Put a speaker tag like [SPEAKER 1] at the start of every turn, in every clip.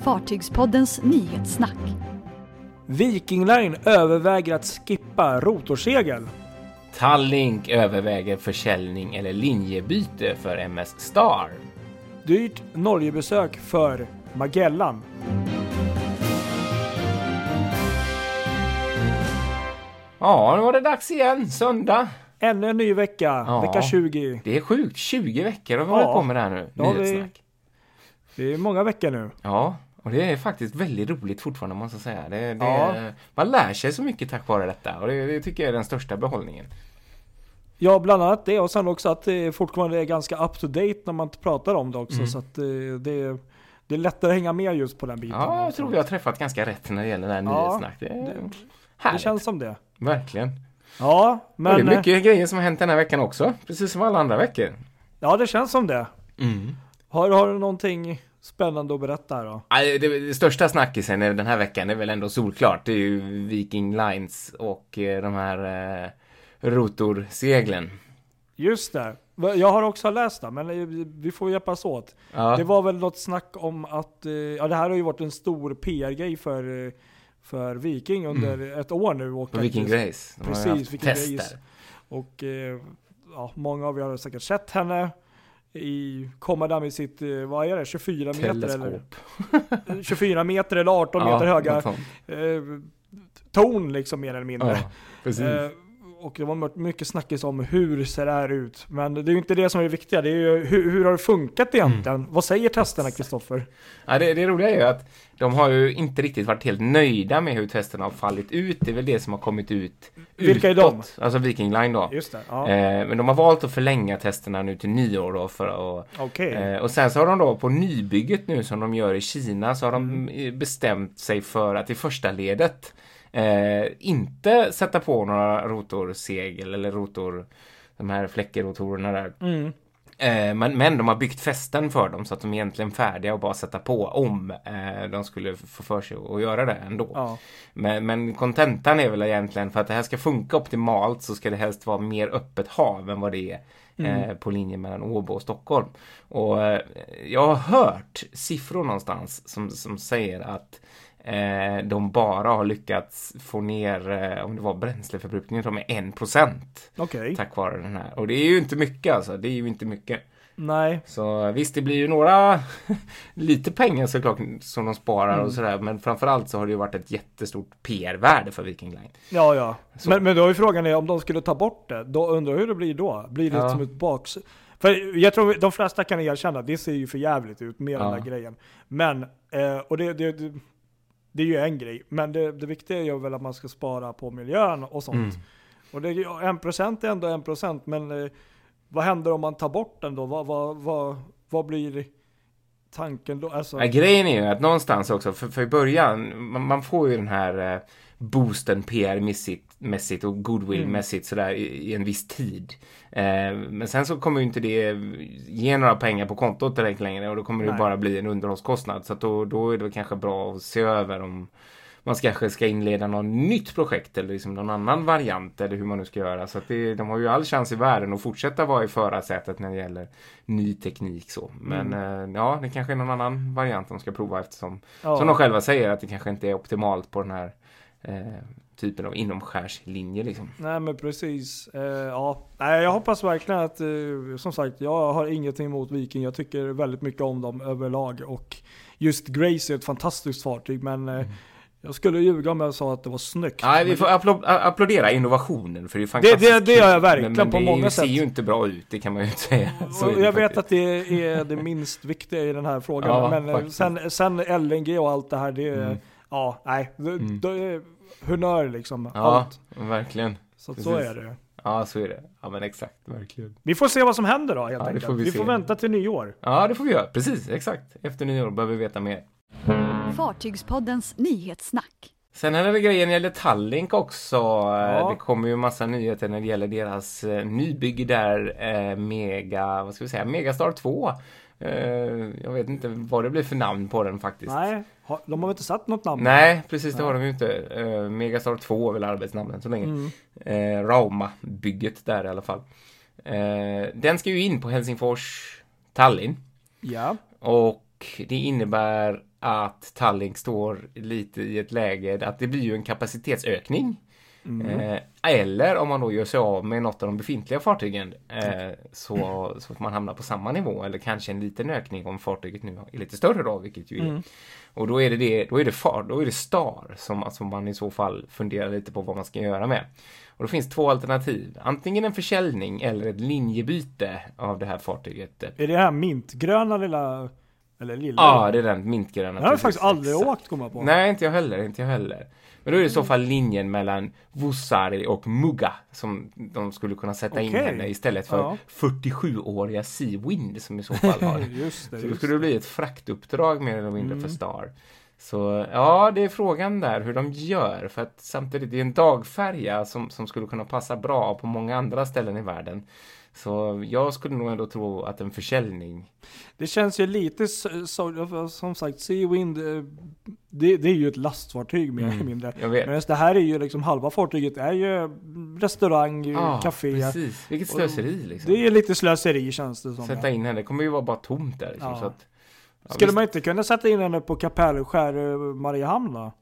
[SPEAKER 1] Fartygspoddens nyhetssnack.
[SPEAKER 2] Viking Line överväger att skippa rotorsegel.
[SPEAKER 3] Tallink överväger försäljning eller linjebyte för MS Star.
[SPEAKER 2] Dyrt Norgebesök för Magellan.
[SPEAKER 3] Ja, nu var det dags igen. Söndag.
[SPEAKER 2] Ännu en ny vecka,
[SPEAKER 3] Ja.
[SPEAKER 2] vecka 20.
[SPEAKER 3] Det är sjukt. 20 veckor har vi hållit
[SPEAKER 2] Ja.
[SPEAKER 3] på med det här nu.
[SPEAKER 2] Då har vi-
[SPEAKER 3] Nyhetssnack.
[SPEAKER 2] Det är många veckor nu.
[SPEAKER 3] Ja, och det är faktiskt väldigt roligt fortfarande måste jag säga. Det, det,
[SPEAKER 2] Ja.
[SPEAKER 3] Man lär sig så mycket tack vare detta och det, det tycker jag är den största behållningen.
[SPEAKER 2] Ja, bland annat det och sen också att det fortfarande är ganska up to date när man pratar om det också.
[SPEAKER 3] Mm.
[SPEAKER 2] Så att eh, det, det är lättare att hänga med just på den biten.
[SPEAKER 3] Ja, jag tror vi har träffat ganska rätt när det gäller den här
[SPEAKER 2] Ja,
[SPEAKER 3] nyhetssnack. Det är
[SPEAKER 2] det- Det
[SPEAKER 3] härligt,
[SPEAKER 2] känns som det.
[SPEAKER 3] verkligen.
[SPEAKER 2] Ja,
[SPEAKER 3] och
[SPEAKER 2] men...
[SPEAKER 3] det är
[SPEAKER 2] eh,
[SPEAKER 3] mycket grejer som har hänt den här veckan också, precis som alla andra veckor.
[SPEAKER 2] Ja, det känns som det.
[SPEAKER 3] Mm.
[SPEAKER 2] Har, har du någonting spännande att berätta här då?
[SPEAKER 3] Nej, Det, det största snackisen är den här veckan är väl ändå solklart. Det är ju Viking Lines och eh, de här eh, rotorseglen.
[SPEAKER 2] Just det. Va- Jag har också läst det, men eh, vi får hjälpas åt.
[SPEAKER 3] Ja.
[SPEAKER 2] Det var väl något snack om att, eh, ja det här har ju varit en stor PR-grej för, eh, för Viking under ett år nu. Och
[SPEAKER 3] På
[SPEAKER 2] att-
[SPEAKER 3] Viking Grace. De har ju
[SPEAKER 2] Precis,
[SPEAKER 3] haft
[SPEAKER 2] Viking
[SPEAKER 3] tester.
[SPEAKER 2] Grace. Och eh, ja, många av er har säkert sett henne i, komma där med sitt, eh, vad är det, 24 meter eller,
[SPEAKER 3] Teleskop.
[SPEAKER 2] 24 meter eller 18 meter höga
[SPEAKER 3] något sånt.
[SPEAKER 2] eh, torn liksom mer eller mindre.
[SPEAKER 3] Ja, precis.
[SPEAKER 2] Eh, och det var mycket snackis om hur ser det här ut? Men det är ju inte det som är det viktiga, det är ju hur, hur har det funkat egentligen? Vad säger testerna Kristoffer?
[SPEAKER 3] Ja, det, det roliga är ju att de har ju inte riktigt varit helt nöjda med hur testerna har fallit ut. Det är väl det som har kommit ut
[SPEAKER 2] Vilka är de?
[SPEAKER 3] utåt. Alltså Viking Line då.
[SPEAKER 2] Just det, ja.
[SPEAKER 3] Eh, men de har valt att förlänga testerna nu till nyår då för att
[SPEAKER 2] Okej.
[SPEAKER 3] Eh, och sen så har de då på nybygget nu som de gör i Kina så har de eh, bestämt sig för att i första ledet eh, inte sätta på några rotorsegel eller rotor, de här fläckerrotorerna där.
[SPEAKER 2] Mm.
[SPEAKER 3] Eh, men, men de har byggt fästen för dem så att de är egentligen färdiga att bara sätta på om eh, de skulle få för sig att göra det ändå.
[SPEAKER 2] Ja.
[SPEAKER 3] Men- Men kontentan är väl egentligen för att det här ska funka optimalt så ska det helst vara mer öppet hav än vad det är eh, på linjen mellan Åbo och Stockholm. Och eh, jag har hört siffror någonstans som, som säger att eh, de bara har lyckats få ner, eh, om det var bränsleförbrukningen, de är 1%
[SPEAKER 2] Okej.
[SPEAKER 3] tack vare den här. Och det är ju inte mycket alltså, det är ju inte mycket.
[SPEAKER 2] Nej.
[SPEAKER 3] Så visst, det blir ju några lite pengar såklart som de sparar och sådär. Men framförallt så har det ju varit ett jättestort PR-värde för Viking Line.
[SPEAKER 2] Ja, ja.
[SPEAKER 3] Så.
[SPEAKER 2] Men, men då är frågan är om de skulle ta bort det, då undrar jag hur det blir då? Blir det
[SPEAKER 3] Ja.
[SPEAKER 2] som ett baks... För jag tror de flesta kan erkänna att det ser ju för jävligt ut med den
[SPEAKER 3] Ja.
[SPEAKER 2] där grejen. Men, eh, och det, det, det, det är ju en grej, men det, det viktiga är ju väl att man ska spara på miljön och sånt.
[SPEAKER 3] Mm.
[SPEAKER 2] Och det, ja, 1% är ändå 1%, men eh, vad händer om man tar bort den då? Vad, vad, vad, vad blir tanken då? Alltså,
[SPEAKER 3] Ja, grejen är ju att någonstans också, för, för i början, man, man får ju den här eh, boosten PR-mässigt och goodwill-mässigt sådär i, i en viss tid. Eh, men sen så kommer ju inte det ge några pengar på kontot direkt längre och då kommer det ju
[SPEAKER 2] Nej.
[SPEAKER 3] bara bli en underhållskostnad. Så att då, då är det väl kanske bra att se över om man kanske ska inleda något nytt projekt eller liksom någon annan variant eller hur man nu ska göra. Så att det, de har ju all chans i världen att fortsätta vara i förarsätet när det gäller ny teknik så. Men eh, ja, det kanske är någon annan variant de ska prova eftersom,
[SPEAKER 2] Mm. Ja.
[SPEAKER 3] som de själva säger, att det kanske inte är optimalt på den här eh, typen av inomskärslinje liksom.
[SPEAKER 2] Nej men precis. Eh, ja. Nej, jag hoppas verkligen att, eh, som sagt, jag har ingenting emot Viking. Jag tycker väldigt mycket om dem överlag. Och just Grace är ett fantastiskt fartyg, men eh, jag skulle ljuga om jag sa att det var snyggt.
[SPEAKER 3] Mm. Nej, vi
[SPEAKER 2] Men
[SPEAKER 3] får applo- a- applådera innovationen för det är ju
[SPEAKER 2] det-
[SPEAKER 3] fantastiskt.
[SPEAKER 2] det gör jag
[SPEAKER 3] kul.
[SPEAKER 2] verkligen
[SPEAKER 3] men, men
[SPEAKER 2] på
[SPEAKER 3] det
[SPEAKER 2] många
[SPEAKER 3] ju,
[SPEAKER 2] sätt.
[SPEAKER 3] ser ju inte bra ut, det kan man ju inte säga. Så
[SPEAKER 2] och
[SPEAKER 3] är det
[SPEAKER 2] jag vet
[SPEAKER 3] faktiskt.
[SPEAKER 2] att det är det minst viktiga i den här frågan.
[SPEAKER 3] Ja,
[SPEAKER 2] men eh,
[SPEAKER 3] faktiskt.
[SPEAKER 2] sen, sen LNG och allt det här, det är, ja, nej. Det,
[SPEAKER 3] Mm.
[SPEAKER 2] det är honnör liksom.
[SPEAKER 3] Ja,
[SPEAKER 2] Allt.
[SPEAKER 3] verkligen.
[SPEAKER 2] Så, att så
[SPEAKER 3] precis.
[SPEAKER 2] är det.
[SPEAKER 3] Ja, så är det. Ja, men exakt. Verkligen.
[SPEAKER 2] Vi får se vad som händer då helt
[SPEAKER 3] Ja, det
[SPEAKER 2] enkelt.
[SPEAKER 3] får vi
[SPEAKER 2] vi
[SPEAKER 3] se.
[SPEAKER 2] får vänta till nyår.
[SPEAKER 3] Ja, det får vi göra. Precis, exakt. Efter nyår behöver vi veta mer.
[SPEAKER 1] Fartygspoddens nyhetssnack.
[SPEAKER 3] Sen är det grejen när det gäller Tallink också. Eh, Det kommer ju massa nyheter när det gäller deras eh, nybygge där, eh, Mega, vad ska vi säga, Megastar 2. Eh, jag vet inte vad det blir för namn på den faktiskt.
[SPEAKER 2] Nej, har- de har väl inte satt något namn?
[SPEAKER 3] Nej, precis det har de ju inte. Eh, Megastar 2 är väl arbetsnamnet så länge. Eh, Rauma-bygget där i alla fall. Eh, den ska ju in på Helsingfors, Tallinn.
[SPEAKER 2] Ja.
[SPEAKER 3] Och det innebär att Tallink står lite i ett läge att det blir ju en kapacitetsökning. Eh, eller om man då gör sig av med något av de befintliga fartygen eh, så, så får man hamna på samma nivå eller kanske en liten ökning om fartyget nu är lite större då, vilket ju är. Och då är det, det, då är det, far, då är det STAR som alltså man i så fall funderar lite på vad man ska göra med. Och då finns två alternativ, antingen en försäljning eller ett linjebyte av det här fartyget. Eh,
[SPEAKER 2] Är det här mintgröna lilla, eller lilla?
[SPEAKER 3] Ja, det är den mintgröna.
[SPEAKER 2] den har jag
[SPEAKER 3] precis,
[SPEAKER 2] faktiskt aldrig
[SPEAKER 3] exakt.
[SPEAKER 2] åkt kommer jag på. Mm.
[SPEAKER 3] Nej, inte jag heller, inte jag heller. Men då är det i så fall linjen mellan Vosari och Muga som de skulle kunna sätta in
[SPEAKER 2] Okej.
[SPEAKER 3] henne istället för
[SPEAKER 2] Ja.
[SPEAKER 3] 47-åriga Seawind som i så fall har.
[SPEAKER 2] Just det, Mm.
[SPEAKER 3] så då
[SPEAKER 2] just
[SPEAKER 3] skulle det bli ett fraktuppdrag mer eller mindre för Star. Så ja, det är frågan där hur de gör för att samtidigt det är en dagfärja som, som skulle kunna passa bra på många andra ställen i världen. Så jag skulle nog ändå tro att en försäljning
[SPEAKER 2] Det känns ju lite så, så, som sagt, Seawind, eh, det, det är ju ett lastfartyg mer eller mindre.
[SPEAKER 3] Mm. jag vet.
[SPEAKER 2] Medan det här är ju liksom halva fartyget är ju restaurang,
[SPEAKER 3] Ja,
[SPEAKER 2] café.
[SPEAKER 3] Ah, Precis, vilket
[SPEAKER 2] Och-
[SPEAKER 3] slöseri liksom.
[SPEAKER 2] Det är lite slöseri känns det som.
[SPEAKER 3] sätta in henne. Det kommer ju vara bara tomt där. Liksom,
[SPEAKER 2] Ja.
[SPEAKER 3] så att, ja,
[SPEAKER 2] Skulle
[SPEAKER 3] visst,
[SPEAKER 2] man inte kunna sätta in henne på Kapellskär, eh, Mariehamn då?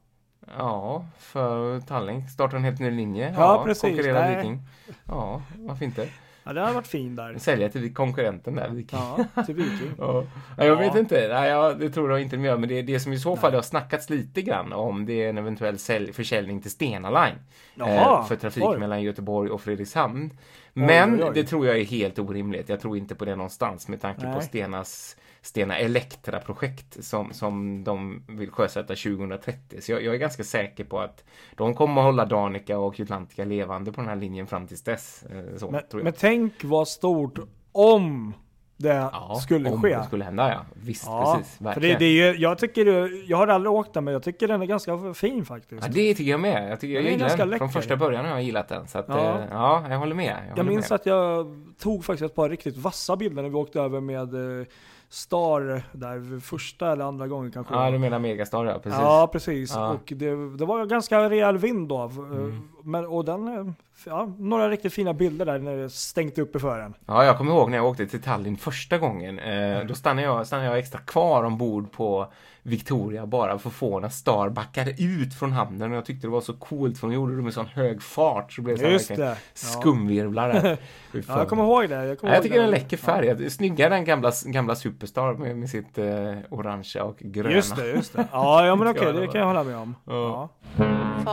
[SPEAKER 3] ja, för Tallink. Starta en helt ny linje.
[SPEAKER 2] Ja, precis.
[SPEAKER 3] Konkurrera
[SPEAKER 2] Nej.
[SPEAKER 3] Viking. Ja, varför inte?
[SPEAKER 2] Ja, det hade varit fin där.
[SPEAKER 3] Sälja till konkurrenten där, Viking. Ja.
[SPEAKER 2] Ja, till Viking.
[SPEAKER 3] Ja, jag
[SPEAKER 2] Ja.
[SPEAKER 3] vet inte, Nej, jag, det tror jag inte de gör, men det, det som i så fall det har snackats lite grann om det är en eventuell sälj, försäljning till Stena Line
[SPEAKER 2] Jaha,
[SPEAKER 3] eh, för trafik
[SPEAKER 2] oj.
[SPEAKER 3] mellan Göteborg och Fredrikshamn. Men
[SPEAKER 2] oj, oj.
[SPEAKER 3] det tror jag är helt orimligt, jag tror inte på det någonstans med tanke på
[SPEAKER 2] Nej.
[SPEAKER 3] Stenas Stena Elektra-projekt som, som de vill sjösätta 2030. Så jag, jag är ganska säker på att de kommer att hålla Danica och Jutlantica levande på den här linjen fram tills dess. eh, Så,
[SPEAKER 2] Men,
[SPEAKER 3] tror jag.
[SPEAKER 2] men tänk vad stort om det skulle
[SPEAKER 3] om
[SPEAKER 2] ske.
[SPEAKER 3] det skulle hända ja. Visst,
[SPEAKER 2] Ja,
[SPEAKER 3] precis.
[SPEAKER 2] för det, det är ju, jag tycker, ju- jag har aldrig åkt den men jag tycker den är ganska fin faktiskt.
[SPEAKER 3] Ja, det tycker jag med. Jag, tycker, jag
[SPEAKER 2] Den är
[SPEAKER 3] gillar
[SPEAKER 2] ganska
[SPEAKER 3] den.
[SPEAKER 2] läcker.
[SPEAKER 3] Från första början har jag gillat den. Så att,
[SPEAKER 2] Ja.
[SPEAKER 3] ja. ja, jag håller med. Jag,
[SPEAKER 2] Jag
[SPEAKER 3] håller
[SPEAKER 2] minns
[SPEAKER 3] med.
[SPEAKER 2] att jag tog faktiskt ett par riktigt vassa bilder när vi åkte över med eh, Star där första eller andra gången kanske.
[SPEAKER 3] Ja, du menar Megastar, ja. Precis.
[SPEAKER 2] Ja, precis.
[SPEAKER 3] Ja. Mm.
[SPEAKER 2] Och det, det var ju ganska rejäl vind då. Eh, Men, och den, eh, f- ja, några riktigt fina bilder där när det stängt uppe för en.
[SPEAKER 3] Ja, jag kommer ihåg när jag åkte till Tallinn första gången. Eh, då stannade jag, stannade jag extra kvar ombord på Victoria bara för att få när Star backade ut från hamnen och jag tyckte det var så coolt för de gjorde det med sån hög fart så blev det så här
[SPEAKER 2] Just
[SPEAKER 3] verkligen
[SPEAKER 2] det. Ja.
[SPEAKER 3] skumvirvlar där. Fy
[SPEAKER 2] Ja,
[SPEAKER 3] fan.
[SPEAKER 2] jag kommer ihåg det. Jag, kommer
[SPEAKER 3] Ja, jag
[SPEAKER 2] ihåg
[SPEAKER 3] tycker det är en läcker färg. Ja. Snyggare än gamla, gamla Superstar med, med sitt eh, orangea och gröna.
[SPEAKER 2] Just det, just det. Ja, ja men
[SPEAKER 3] Tycker
[SPEAKER 2] okej,
[SPEAKER 3] jag det
[SPEAKER 2] det
[SPEAKER 3] var.
[SPEAKER 2] kan jag hålla med om. Ja.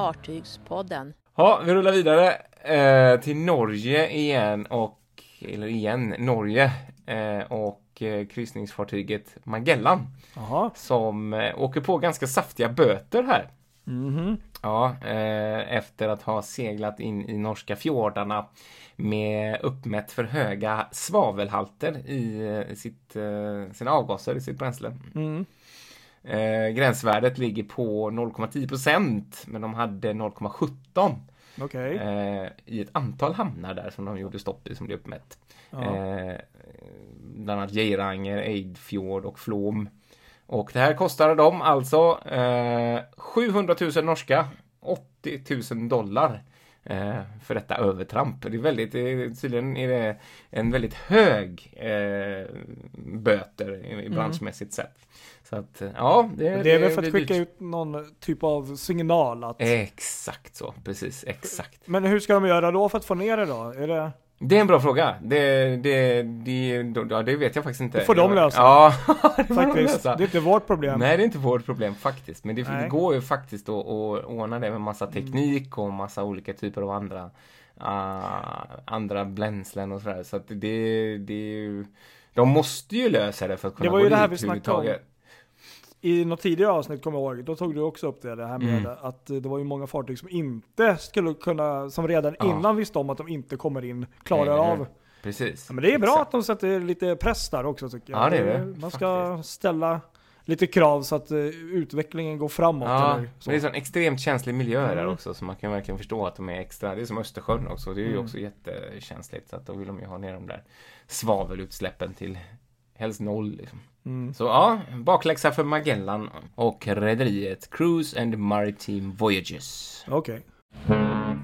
[SPEAKER 4] Fartygspodden.
[SPEAKER 3] Ja, vi rullar vidare eh, till Norge igen och, eller igen, Norge eh, och eh, kryssningsfartyget Magellan
[SPEAKER 2] Jaha.
[SPEAKER 3] som eh, åker på ganska saftiga böter här.
[SPEAKER 2] Mhm.
[SPEAKER 3] Ja, eh, efter att ha seglat in i norska fjordarna med uppmätt för höga svavelhalter i eh, sitt, eh, sina avgaser, i sitt bränsle.
[SPEAKER 2] Mm.
[SPEAKER 3] Eh, gränsvärdet ligger på 0,10 procent, men de hade 0,17
[SPEAKER 2] Okej.
[SPEAKER 3] eh, i ett antal hamnar där som de gjorde stopp i som blev uppmätt.
[SPEAKER 2] Ja.
[SPEAKER 3] Eh, bland annat Geiranger, Eidfjord och Flåm. Och det här kostade dem alltså eh, 700 000 norska, 80 000 dollar eh, för detta övertramp. Det är väldigt, det är- tydligen är det en väldigt hög eh, böter i- i branschmässigt sett. Så att, ja, det,
[SPEAKER 2] Mm.
[SPEAKER 3] Eh.
[SPEAKER 2] Det är väl för
[SPEAKER 3] blir
[SPEAKER 2] att skicka
[SPEAKER 3] dyrt.
[SPEAKER 2] ut någon typ av signal att
[SPEAKER 3] Exakt så, precis, exakt.
[SPEAKER 2] Men hur ska de göra då för att få ner det då? Är det...
[SPEAKER 3] Det är en bra fråga. Det, det, det, då- ja, det vet jag faktiskt inte.
[SPEAKER 2] Det får de lösa.
[SPEAKER 3] Ja, det får de
[SPEAKER 2] Faktiskt,
[SPEAKER 3] lösa.
[SPEAKER 2] det är inte vårt problem.
[SPEAKER 3] Nej, det är inte vårt problem faktiskt. Men det, det
[SPEAKER 2] Nej. Mm.
[SPEAKER 3] går ju faktiskt att, att ordna det med massa teknik och massa olika typer av andra, ah, andra bränslen och sådär. Så att det, det är ju, de måste ju lösa det för att kunna
[SPEAKER 2] var
[SPEAKER 3] gå
[SPEAKER 2] ju det här
[SPEAKER 3] dit
[SPEAKER 2] vi snackade om.
[SPEAKER 3] överhuvudtaget.
[SPEAKER 2] I något tidigare avsnitt kommer jag ihåg, då tog du också upp det, det här med
[SPEAKER 3] Mm.
[SPEAKER 2] att eh, det var ju många fartyg som inte skulle kunna, som redan
[SPEAKER 3] Ja.
[SPEAKER 2] innan visste om att de inte kommer in, klarar
[SPEAKER 3] Nej, eller
[SPEAKER 2] av.
[SPEAKER 3] hur? Precis.
[SPEAKER 2] Ja, men det är bra
[SPEAKER 3] Exakt.
[SPEAKER 2] att de sätter lite press där också tycker jag.
[SPEAKER 3] Ja, det är det,
[SPEAKER 2] Man ska ställa lite krav så att eh, utvecklingen går framåt.
[SPEAKER 3] Ja, men
[SPEAKER 2] eller så.
[SPEAKER 3] det är en sån extremt känslig miljö där
[SPEAKER 2] Mm.
[SPEAKER 3] också så man kan verkligen förstå att de är extra. Det är som Östersjön också. Det är ju också jättekänsligt så att då vill de ju ha ner de där svavelutsläppen till helst noll. Liksom.
[SPEAKER 2] Mm.
[SPEAKER 3] Så ja, bakläxa för Magellan och rederiet Cruise and Maritime Voyages.
[SPEAKER 2] Okej.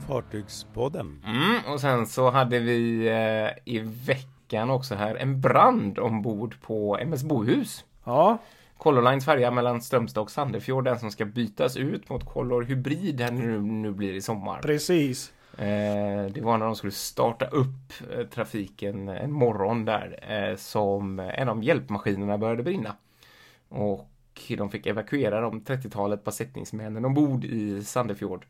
[SPEAKER 5] Fartygspodden.
[SPEAKER 3] Mm, och sen så hade vi eh, i veckan också här en brand ombord på MS Bohus.
[SPEAKER 2] Ja,
[SPEAKER 3] Color Lines färja mellan Strömstad och Sandefjord, den som ska bytas ut mot Color Hybrid här nu, nu blir i sommar.
[SPEAKER 2] Precis.
[SPEAKER 3] Eh, det var när de skulle starta upp eh, trafiken en morgon där eh, som en av hjälpmaskinerna började brinna. Och de fick evakuera de 30-talet besättningsmännen ombord i Sandefjord.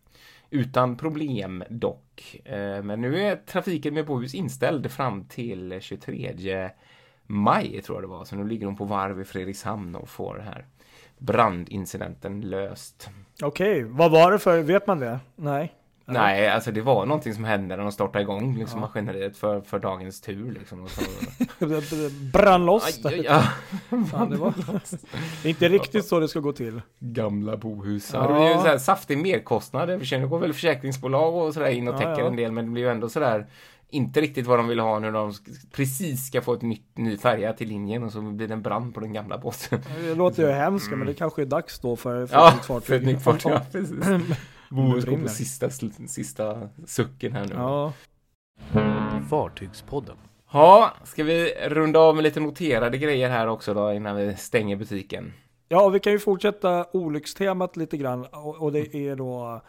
[SPEAKER 3] Utan problem dock. Eh, Men nu är trafiken med Bohus inställd fram till 23 maj tror jag det var. Så nu ligger de på varv i Fredrikshamn och får den här brandincidenten löst.
[SPEAKER 2] Okej, vad var det för, vet man det? Nej.
[SPEAKER 3] Nej, alltså det var någonting som hände när de startade igång liksom, maskineriet för, för dagens tur. Liksom, och så,
[SPEAKER 2] Brann loss.
[SPEAKER 3] aj, aj, aj.
[SPEAKER 2] Fan, det, var... det är inte riktigt så det ska gå till.
[SPEAKER 3] Gamla bohusar.
[SPEAKER 2] Ja.
[SPEAKER 3] Det blir ju en sån här saftig merkostnad. Jag förstår, Nu går väl försäkringsbolag och sådär in och
[SPEAKER 2] Ja,
[SPEAKER 3] täcker
[SPEAKER 2] ja.
[SPEAKER 3] en del men det blir ju ändå sådär inte riktigt vad de vill ha nu de sk- precis ska få ett nytt, ny färja till linjen och så blir det en brand på den gamla båten.
[SPEAKER 2] Det låter ju hemskt, men det kanske är dags då för, för
[SPEAKER 3] Ja,
[SPEAKER 2] ett nytt fartyg.
[SPEAKER 3] för ett nytt fartyg. Ja, precis. Bohus går
[SPEAKER 2] brinner.
[SPEAKER 3] på sista, sl- sista sucken här nu.
[SPEAKER 2] Ja.
[SPEAKER 5] Fartygspodden.
[SPEAKER 3] Ja, ska vi runda av med lite noterade grejer här också då innan vi stänger butiken?
[SPEAKER 2] ja, vi kan ju fortsätta olyckstemat lite grann. Och, och det är då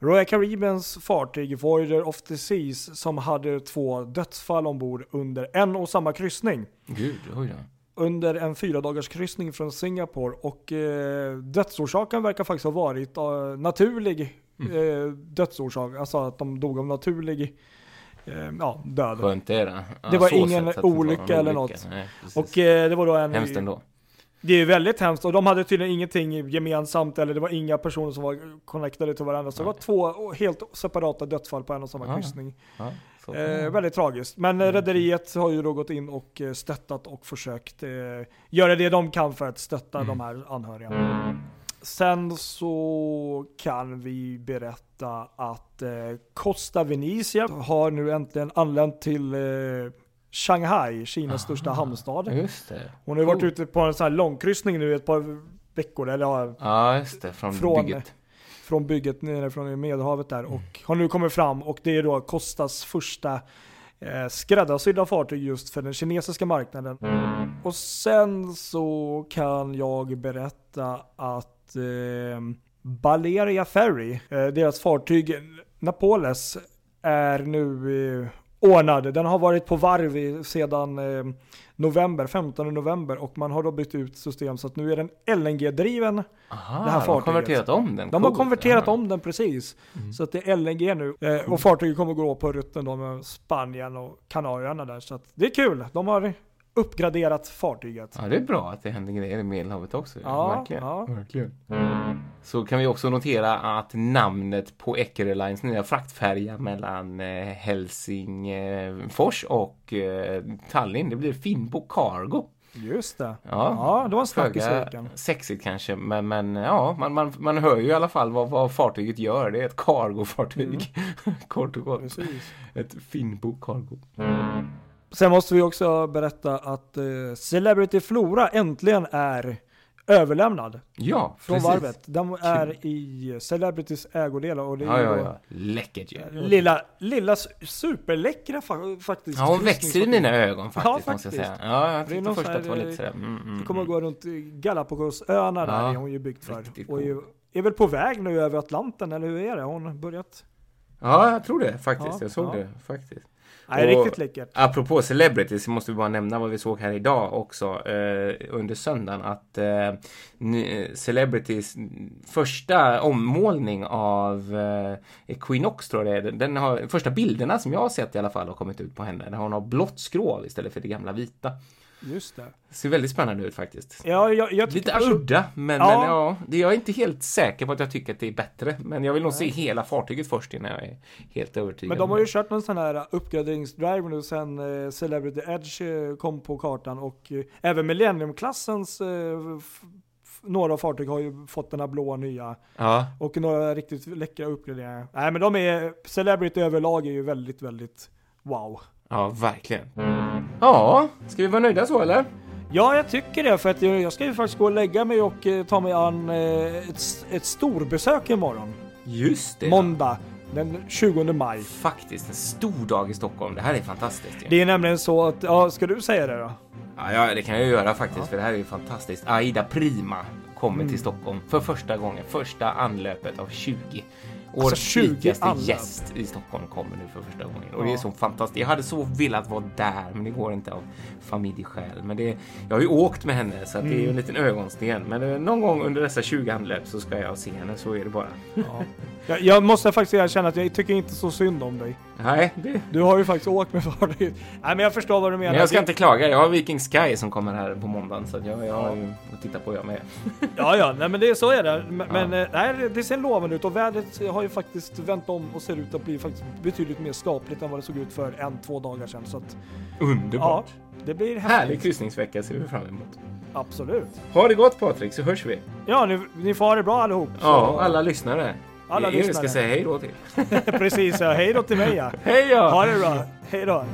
[SPEAKER 2] Royal Caribbeans fartyg Voyager of the Seas som hade två dödsfall ombord under en och samma kryssning.
[SPEAKER 3] Gud, oj då.
[SPEAKER 2] under en fyra dagars kryssning från Singapore och eh, dödsorsaken verkar faktiskt ha varit eh, naturlig
[SPEAKER 3] Mm.
[SPEAKER 2] eh, dödsorsak, alltså att de dog av naturlig eh, ja, död.
[SPEAKER 3] Skönt det är det. Ja,
[SPEAKER 2] Det var
[SPEAKER 3] så
[SPEAKER 2] ingen
[SPEAKER 3] sett att det inte var
[SPEAKER 2] olycka
[SPEAKER 3] någon
[SPEAKER 2] eller
[SPEAKER 3] olycka.
[SPEAKER 2] något.
[SPEAKER 3] Nej, precis.
[SPEAKER 2] Och eh, det var då en...
[SPEAKER 3] Hemskt ändå.
[SPEAKER 2] Det är väldigt hemskt och de hade tydligen ingenting gemensamt eller det var inga personer som var connectade till varandra. Så det var två helt separata dödsfall på en och samma
[SPEAKER 3] Ja, ja.
[SPEAKER 2] kryssning.
[SPEAKER 3] Ja, så.
[SPEAKER 2] Eh, väldigt tragiskt. Men eh, rederiet har ju då gått in och eh, stöttat och försökt eh, göra det de kan för att stötta
[SPEAKER 3] Mm.
[SPEAKER 2] de här anhöriga. Sen så kan vi berätta att eh, Costa Venezia har nu äntligen anlänt till eh, Shanghai,
[SPEAKER 3] Ah,
[SPEAKER 2] Kinas största hamnstad.
[SPEAKER 3] Just det.
[SPEAKER 2] Hon har ju varit
[SPEAKER 3] Cool.
[SPEAKER 2] ute på en sån här långkryssning nu i ett par veckor, eller ja,
[SPEAKER 3] Ja, just det. Från,
[SPEAKER 2] Från-
[SPEAKER 3] bygget.
[SPEAKER 2] från bygget nere från Medelhavet där och har nu kommit fram och det är då Costas första eh, skräddarsydda fartyg just för den kinesiska marknaden. Och sen så kan jag berätta att eh, Baleria Ferry, eh, deras fartyg Napoles, är nu eh, ordnad. Den har varit på varv i, sedan eh, november, 15 november och man har då bytt ut system så att nu är den LNG-driven det här
[SPEAKER 3] Aha, de har
[SPEAKER 2] fartyget.
[SPEAKER 3] konverterat om den.
[SPEAKER 2] de har
[SPEAKER 3] Coolt.
[SPEAKER 2] konverterat
[SPEAKER 3] Ja. Mm.
[SPEAKER 2] om den precis. Så att det är LNG nu. Eh, och fartyget kommer gå på rutten då med Spanien och Kanarieöarna där. Så att det är kul. De har uppgraderat fartyget.
[SPEAKER 3] Ja, det är bra att det händer grejer i Medelhavet också.
[SPEAKER 2] Ja,
[SPEAKER 3] verkligen.
[SPEAKER 2] ja.
[SPEAKER 3] verkligen. Så kan vi också notera att namnet på Eckerö Lines nya fraktfärja mellan eh, Helsingfors och eh, Tallinn, det blir Finnbo Cargo.
[SPEAKER 2] Just det.
[SPEAKER 3] Ja,
[SPEAKER 2] Ja, det var en snackis i
[SPEAKER 3] föga
[SPEAKER 2] veckan.
[SPEAKER 3] sexigt kanske, men, men ja, man, man, man hör ju i alla fall vad, vad fartyget gör. Det är ett cargofartyg,
[SPEAKER 2] Mm.
[SPEAKER 3] kort och gott.
[SPEAKER 2] Precis.
[SPEAKER 3] Ett Finnbo Cargo.
[SPEAKER 2] Sen måste vi också berätta att eh, Celebrity Flora äntligen är överlämnad
[SPEAKER 3] Ja,
[SPEAKER 2] från
[SPEAKER 3] precis.
[SPEAKER 2] varvet. Den är i Celebrities ägodelar och det är
[SPEAKER 3] Ja,
[SPEAKER 2] ju
[SPEAKER 3] ja,
[SPEAKER 2] då
[SPEAKER 3] ja. Läckert ju.
[SPEAKER 2] Lilla, lilla superläckra fa- faktiskt.
[SPEAKER 3] Ja, hon växer i mina ögon faktiskt,
[SPEAKER 2] Ja,
[SPEAKER 3] måste jag
[SPEAKER 2] faktiskt.
[SPEAKER 3] säga. Ja, jag
[SPEAKER 2] Det är
[SPEAKER 3] tyckte
[SPEAKER 2] någon
[SPEAKER 3] först
[SPEAKER 2] så här,
[SPEAKER 3] att det var lite
[SPEAKER 2] eh,
[SPEAKER 3] sådär. Mm, mm,
[SPEAKER 2] Vi kommer att gå runt i Galapagosöarna där
[SPEAKER 3] Ja,
[SPEAKER 2] är hon ju byggt för.
[SPEAKER 3] riktigt
[SPEAKER 2] Och är,
[SPEAKER 3] cool.
[SPEAKER 2] är väl på väg nu över Atlanten, eller hur är det? Hon har börjat?
[SPEAKER 3] Ja, jag tror det faktiskt.
[SPEAKER 2] Ja,
[SPEAKER 3] jag såg
[SPEAKER 2] ja.
[SPEAKER 3] det faktiskt.
[SPEAKER 2] Nej,
[SPEAKER 3] Och-
[SPEAKER 2] riktigt läckert.
[SPEAKER 3] Apropå celebrities så måste vi bara nämna vad vi såg här idag också eh, under söndagen att eh, ny- celebrities första ommålning av eh, Equinox tror jag det är. Den har, första bilderna som jag har sett i alla fall har kommit ut på henne. Där hon har blått skrov istället för det gamla vita.
[SPEAKER 2] Just det.
[SPEAKER 3] Ser väldigt spännande ut faktiskt.
[SPEAKER 2] Ja, jag, jag tycker
[SPEAKER 3] Lite
[SPEAKER 2] person-
[SPEAKER 3] udda, men ja.
[SPEAKER 2] Ja.
[SPEAKER 3] men ja, det- jag är inte helt säker på att jag tycker att det är bättre. Men jag vill nog se hela fartyget först innan jag är helt övertygad.
[SPEAKER 2] Men de har
[SPEAKER 3] om
[SPEAKER 2] ju
[SPEAKER 3] det.
[SPEAKER 2] kört någon sån här uppgraderingsdrive nu sen eh, Celebrity Edge eh, kom på kartan och eh, även Millenniumklassens eh, f- f- några fartyg har ju fått den här blåa nya
[SPEAKER 3] Ja,
[SPEAKER 2] och några riktigt läckra uppgraderingar. Nej men de är, Celebrity överlag är ju väldigt, väldigt wow.
[SPEAKER 3] ja, verkligen. Ja, ska vi vara nöjda så eller?
[SPEAKER 2] Ja, jag tycker det. För att jag, jag ska ju faktiskt gå och lägga mig och eh, ta mig an eh, ett, ett storbesök imorgon.
[SPEAKER 3] Just det.
[SPEAKER 2] Måndag den 20 maj.
[SPEAKER 3] Faktiskt en stor dag i Stockholm. Det här är fantastiskt. ju.
[SPEAKER 2] Det är nämligen så att, ja, ska du säga det då?
[SPEAKER 3] Ja, ja, Mm. det kan jag ju göra faktiskt för det här är ju fantastiskt. Aida Prima kommer till Stockholm för första gången. Första anlöpet av 20. Årets
[SPEAKER 2] 20
[SPEAKER 3] rikaste
[SPEAKER 2] anlöp.
[SPEAKER 3] gäst i Stockholm kommer nu för första gången. Och det är
[SPEAKER 2] Ja.
[SPEAKER 3] så fantastiskt. Jag hade så velat vara där men det går inte av familjeskäl. Men det, jag har ju åkt med henne så att det är ju en liten ögonsten. Men eh, någon gång under dessa 20 anlöp så ska jag se henne. Så är det bara.
[SPEAKER 2] Ja. Jag, jag måste faktiskt erkänna att jag tycker inte så synd om dig.
[SPEAKER 3] Nej, det...
[SPEAKER 2] Du har ju faktiskt åkt med fartyget. Nej men jag förstår vad du menar.
[SPEAKER 3] Men jag ska inte klaga. Jag har Viking Sky som kommer här på måndagen så att jag, jag har ju att titta på jag med.
[SPEAKER 2] Ja ja, nej, men det, är- så är det. Men, men, eh, nej, det- det ser lovande ut och vädret har ju faktiskt vänt om och ser ut att bli faktiskt betydligt mer skapligt än vad det såg ut för en, två dagar sedan. Så att, ja,
[SPEAKER 3] Underbart!
[SPEAKER 2] det blir
[SPEAKER 3] Härlig
[SPEAKER 2] häftigt.
[SPEAKER 3] kryssningsvecka ser vi fram emot.
[SPEAKER 2] Absolut.
[SPEAKER 3] Ha det gott Patrik så hörs vi.
[SPEAKER 2] Ja, ni, ni får ha det bra allihop. Så-
[SPEAKER 3] Ja, och alla lyssnare.
[SPEAKER 2] Alla
[SPEAKER 3] Det är er vi
[SPEAKER 2] lyssnare.
[SPEAKER 3] ska säga hej då till.
[SPEAKER 2] Precis, ja. hej då till mig ja.
[SPEAKER 3] Hej då!
[SPEAKER 2] Ha det bra. Hej då.